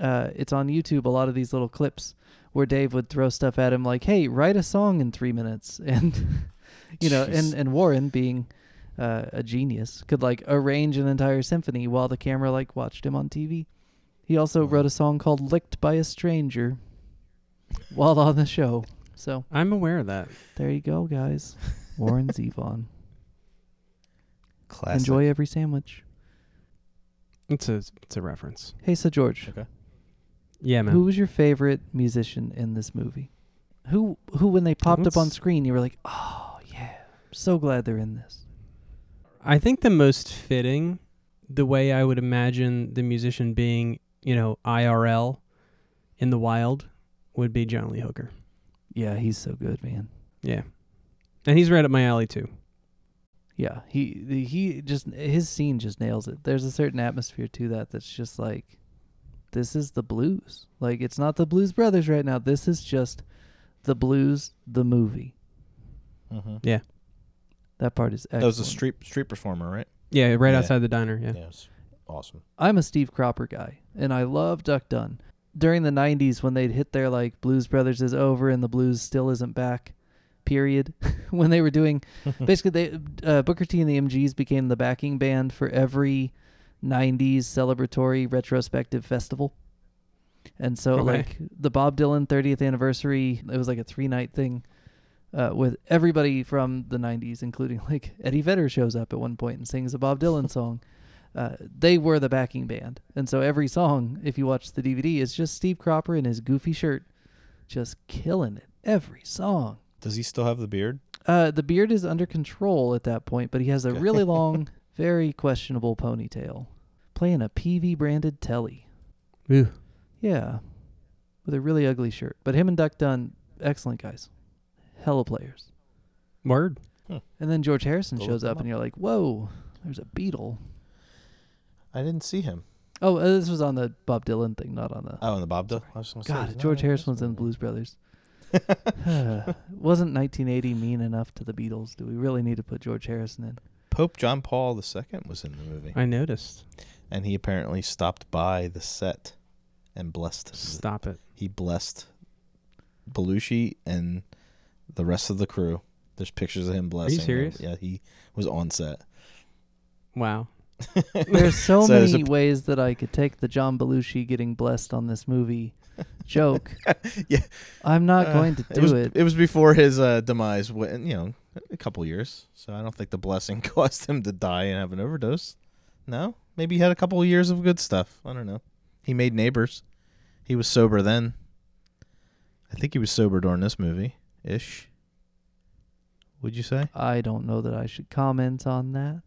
S2: uh, it's on YouTube a lot of these little clips where Dave would throw stuff at him like, hey, write a song in three minutes. And, you know, and,
S3: Jeez.
S2: and Warren, being uh, a genius, could like arrange an entire symphony while the camera like watched him on TV. He also
S3: Wow.
S2: wrote a song called Licked by a Stranger while on the show. So.
S4: I'm aware of that.
S2: There you go, guys. Warren Zevon.
S3: Classic.
S2: Enjoy every sandwich.
S4: It's a it's a reference.
S2: Hey, so George,
S3: Okay.
S4: Yeah, man.
S2: who was your favorite musician in this movie? Who who when they popped up on
S4: Let's-
S2: screen, you were like, "Oh, yeah. I'm so glad they're in this."
S4: I think the most fitting, the way I would imagine the musician being, you know, IRL in the wild, would be John Lee Hooker.
S2: Yeah, he's so good, man.
S4: Yeah, and he's right up my alley too.
S2: Yeah, he the- he just his scene just nails it. There's a certain atmosphere to that that's just like this is the blues. Like it's not the Blues Brothers right now. This is just the blues the movie.
S3: Mm-hmm.
S2: That part is excellent.
S3: That was a street street performer, right?
S4: Yeah, right
S3: Yeah.
S4: outside the diner. Yeah.
S3: it's awesome.
S2: I'm a Steve Cropper guy, and I love Duck Dunn. During the 90s, when they'd hit their like Blues Brothers is over and the blues still isn't back period, when they were doing basically they uh, Booker T and the MGs became the backing band for every 90s celebratory retrospective festival. And so
S4: Okay.
S2: like the Bob Dylan 30th anniversary, it was like a three-night thing uh, with everybody from the 90s including like Eddie Vedder shows up at one point and sings a Bob Dylan song. Uh, they were the backing band. And so every song, if you watch the DVD, is just Steve Cropper in his goofy shirt just killing it every song.
S3: Does he still have the beard?
S2: Uh, the beard is under control at that point, but he has a
S3: Okay.
S2: really long, very questionable ponytail. Playing a PV branded telly.
S4: Ooh.
S2: Yeah. With a really ugly shirt. But him and Duck Dunn, excellent guys. Hella players.
S4: Word.
S2: And then George Harrison
S3: Go
S2: shows
S3: look
S2: up,
S3: them
S2: and you're like, whoa, there's a Beatle.
S3: I didn't see him.
S2: Oh, uh, this was on the Bob Dylan thing, not on the.
S3: Oh, and the Bob Dylan.
S2: Sorry.
S3: I was gonna say,
S2: God,
S3: is that
S2: George
S3: him?
S2: Harrison was in Blues Brothers. Wasn't 1980 mean enough to the Beatles? Do we really need to put George Harrison in?
S3: Pope John Paul II was in the movie,
S4: I noticed.
S3: and he apparently stopped by the set and blessed.
S4: Stop it.
S3: He blessed Belushi and the rest of the crew. There's pictures of him blessing. them.
S4: serious?
S3: Yeah, he was on set.
S4: Wow.
S2: There's so,
S3: So there's a
S2: many ways that I could take the John Belushi getting blessed on this movie joke.
S3: Yeah.
S2: I'm not
S3: Uh,
S2: going to
S3: it
S2: do
S3: was,
S2: it.
S3: was before his uh, demise, when, you know, a couple years. So I don't think the blessing caused him to die and have an overdose. No, maybe he had a couple years of good stuff. I don't know. He made neighbors. He was sober then. I think he was sober during this movie ish. Would you say?
S2: I don't know that I should comment on that.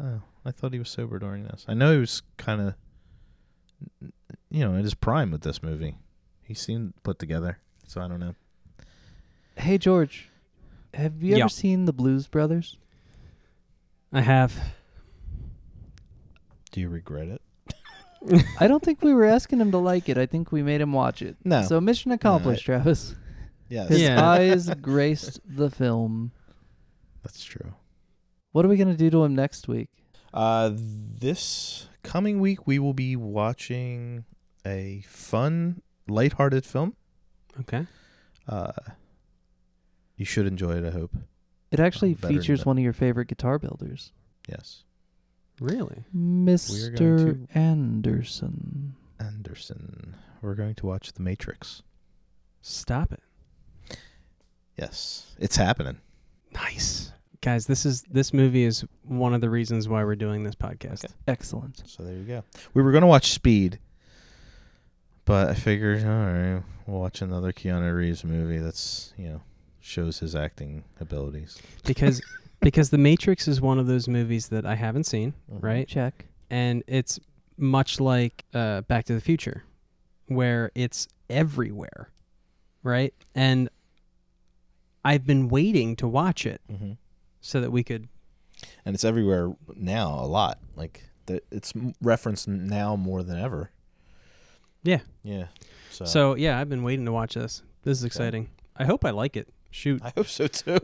S3: Oh, I thought he was sober during this. I know he was kind of, you know, in his prime with this movie. He seemed put together, so I don't know.
S2: Hey George, have you
S4: Yeah.
S2: ever seen the Blues Brothers?
S4: I have.
S3: Do you regret it?
S2: I don't think we were asking him to like it. I think we made him watch it.
S3: No.
S2: So mission accomplished, Travis.
S3: yes,
S2: His
S4: Yeah.
S2: eyes graced the film.
S3: that's true.
S2: What are we gonna do to him next week?
S3: Uh, this coming week we will be watching a fun, lighthearted film.
S4: Okay.
S3: Uh, you should enjoy it. I hope.
S2: It actually
S3: Oh, better than
S2: features
S3: that.
S2: one of your favorite guitar builders,
S3: Yes,
S4: Really?
S3: are going
S2: Mr. Anderson.
S3: Anderson. We're going to watch The Matrix.
S4: Stop it.
S3: Yes, it's happening.
S4: Nice. Guys, this is this movie is one of the reasons why we're doing this podcast.
S2: Excellent.
S3: So there you go. We were gonna watch Speed, but I figured, all right, we'll watch another Keanu Reeves movie. That's you know shows his acting abilities.
S4: Because because The Matrix is one of those movies that I haven't seen, right?
S2: Check.
S4: and it's much like uh, Back to the Future, where it's everywhere, right? And I've been waiting to watch it
S3: Mm-hmm.
S4: so that we could.
S3: And it's everywhere now a lot. Like the, it's m- referenced now more than ever.
S4: Yeah.
S3: Yeah. So,
S4: So yeah, I've been waiting to watch this. This is exciting. I hope I like it. Shoot.
S3: I hope so too.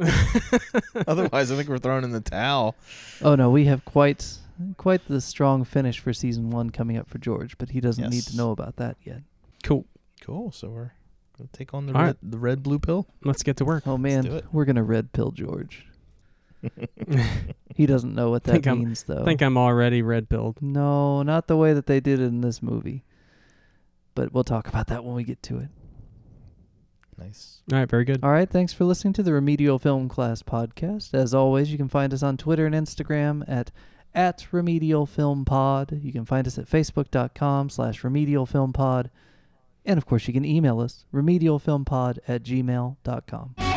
S3: Otherwise, I think we're throwing in the towel.
S2: Oh no, we have quite quite the strong finish for season one coming up for George, but he doesn't need
S3: Yes.
S2: to know about that yet.
S4: Cool.
S3: Cool. So we're gonna take on the
S4: All
S3: red,
S4: right.
S3: the red blue pill.
S4: Let's get to work.
S2: Oh
S3: do
S2: man,
S3: it.
S2: we're gonna red pill George.
S4: I
S2: He doesn't know what that
S4: Think I'm-
S2: means though.
S4: think I'm already red pilled.
S2: No, not the way that they did it in this movie. But we'll talk about that when we get to it.
S3: Nice.
S4: All right. Very good.
S2: All right, thanks for listening to the Remedial Film Class podcast. As always, you can find us on Twitter and Instagram at at Remedial Film Pod. You can find us at facebook.com slash Remedial Film Pod. And of course, you can email us, remedialfilmpod at gmail.com.